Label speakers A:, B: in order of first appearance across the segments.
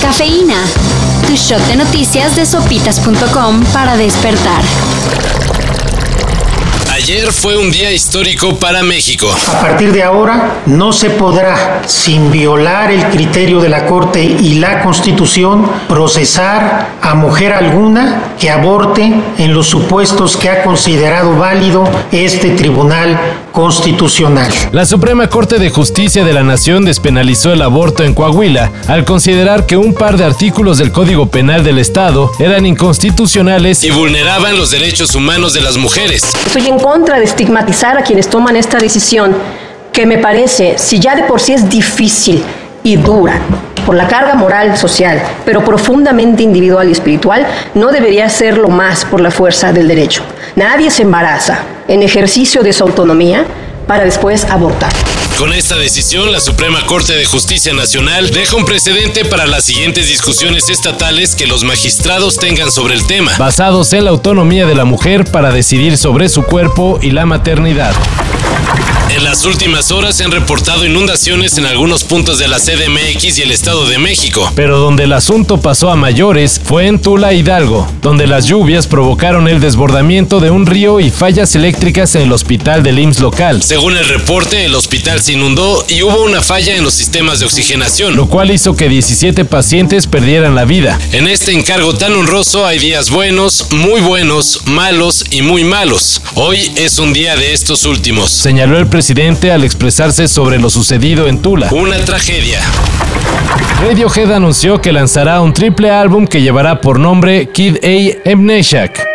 A: Cafeína. Tu shot de noticias de sopitas.com para despertar.
B: Ayer fue un día histórico para México.
C: A partir de ahora no se podrá, sin violar el criterio de la Corte y la Constitución, procesar a mujer alguna que aborte en los supuestos que ha considerado válido este Tribunal Constitucional.
B: La Suprema Corte de Justicia de la Nación despenalizó el aborto en Coahuila al considerar que un par de artículos del Código Penal del Estado eran inconstitucionales y vulneraban los derechos humanos de las mujeres.
D: Estoy en contra de estigmatizar a quienes toman esta decisión, que me parece, si ya de por sí es difícil y dura, por la carga moral, social, pero profundamente individual y espiritual, no debería serlo más por la fuerza del derecho. Nadie se embaraza en ejercicio de su autonomía para después abortar.
B: Con esta decisión, la Suprema Corte de Justicia Nacional deja un precedente para las siguientes discusiones estatales que los magistrados tengan sobre el tema, basados en la autonomía de la mujer para decidir sobre su cuerpo y la maternidad. En las últimas horas se han reportado inundaciones en algunos puntos de la CDMX y el Estado de México, pero donde el asunto pasó a mayores fue en Tula Hidalgo, donde las lluvias provocaron el desbordamiento de un río y fallas eléctricas en el hospital del IMSS local. Según el reporte, el hospital se inundó y hubo una falla en los sistemas de oxigenación, lo cual hizo que 17 pacientes perdieran la vida. En este encargo tan honroso hay días buenos, muy buenos, malos y muy malos. Hoy es un día de estos últimos, señaló el presidente presidente al expresarse sobre lo sucedido en Tula. Una tragedia. Radiohead anunció que lanzará un triple álbum que llevará por nombre Kid A. Amnesiac.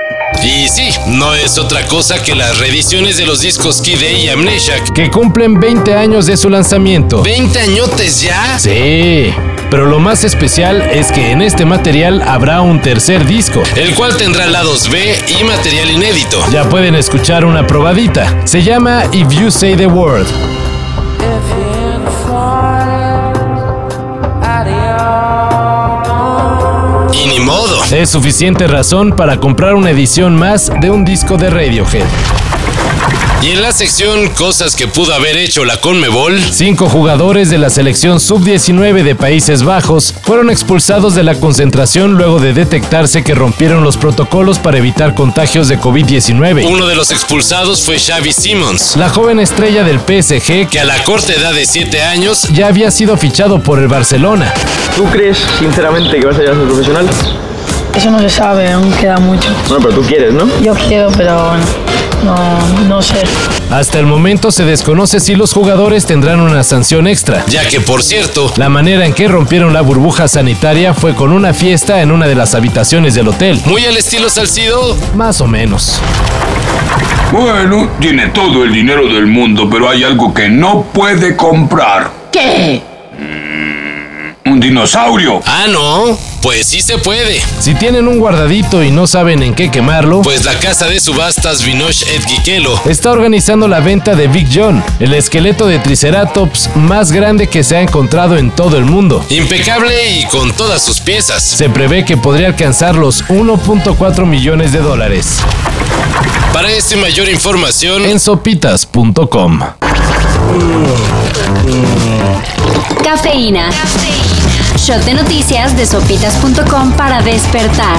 B: Y sí, no es otra cosa que las reediciones de los discos Kid A y Amnesiac, que cumplen 20 años de su lanzamiento. ¿20 añotes ya? Sí. Pero lo más especial es que en este material habrá un tercer disco, el cual tendrá lados B y material inédito. Ya pueden escuchar una probadita. Se llama If You Say the Word. Y ni modo. Es suficiente razón para comprar una edición más de un disco de Radiohead. Y en la sección Cosas que pudo haber hecho la Conmebol, cinco jugadores de la selección sub-19 de Países Bajos fueron expulsados de la concentración luego de detectarse que rompieron los protocolos para evitar contagios de COVID-19. Uno de los expulsados fue Xavi Simmons, la joven estrella del PSG que a la corta edad de 7 años ya había sido fichado por el Barcelona.
E: ¿Tú crees sinceramente que vas a llegar a ser profesional?
F: Eso no se sabe, aún queda mucho.
E: No, pero tú quieres, ¿no?
F: Yo quiero, pero bueno, no, no sé.
B: Hasta el momento se desconoce si los jugadores tendrán una sanción extra, ya que por cierto, la manera en que rompieron la burbuja sanitaria fue con una fiesta en una de las habitaciones del hotel. Muy al estilo Salcido, más o menos.
G: Bueno, tiene todo el dinero del mundo, pero hay algo que no puede comprar. Mm,
D: ¿Qué?
G: Un dinosaurio.
B: Ah, no. Pues sí se puede. Si tienen un guardadito y no saben en qué quemarlo, pues la casa de subastas Vinosh Edgikelo está organizando la venta de Big John, el esqueleto de Triceratops más grande que se ha encontrado en todo el mundo. Impecable y con todas sus piezas. Se prevé que podría alcanzar los 1.4 millones de dólares. Para esta y mayor información en sopitas.com.
A: Cafeína. Shot de noticias de sopitas.com para despertar.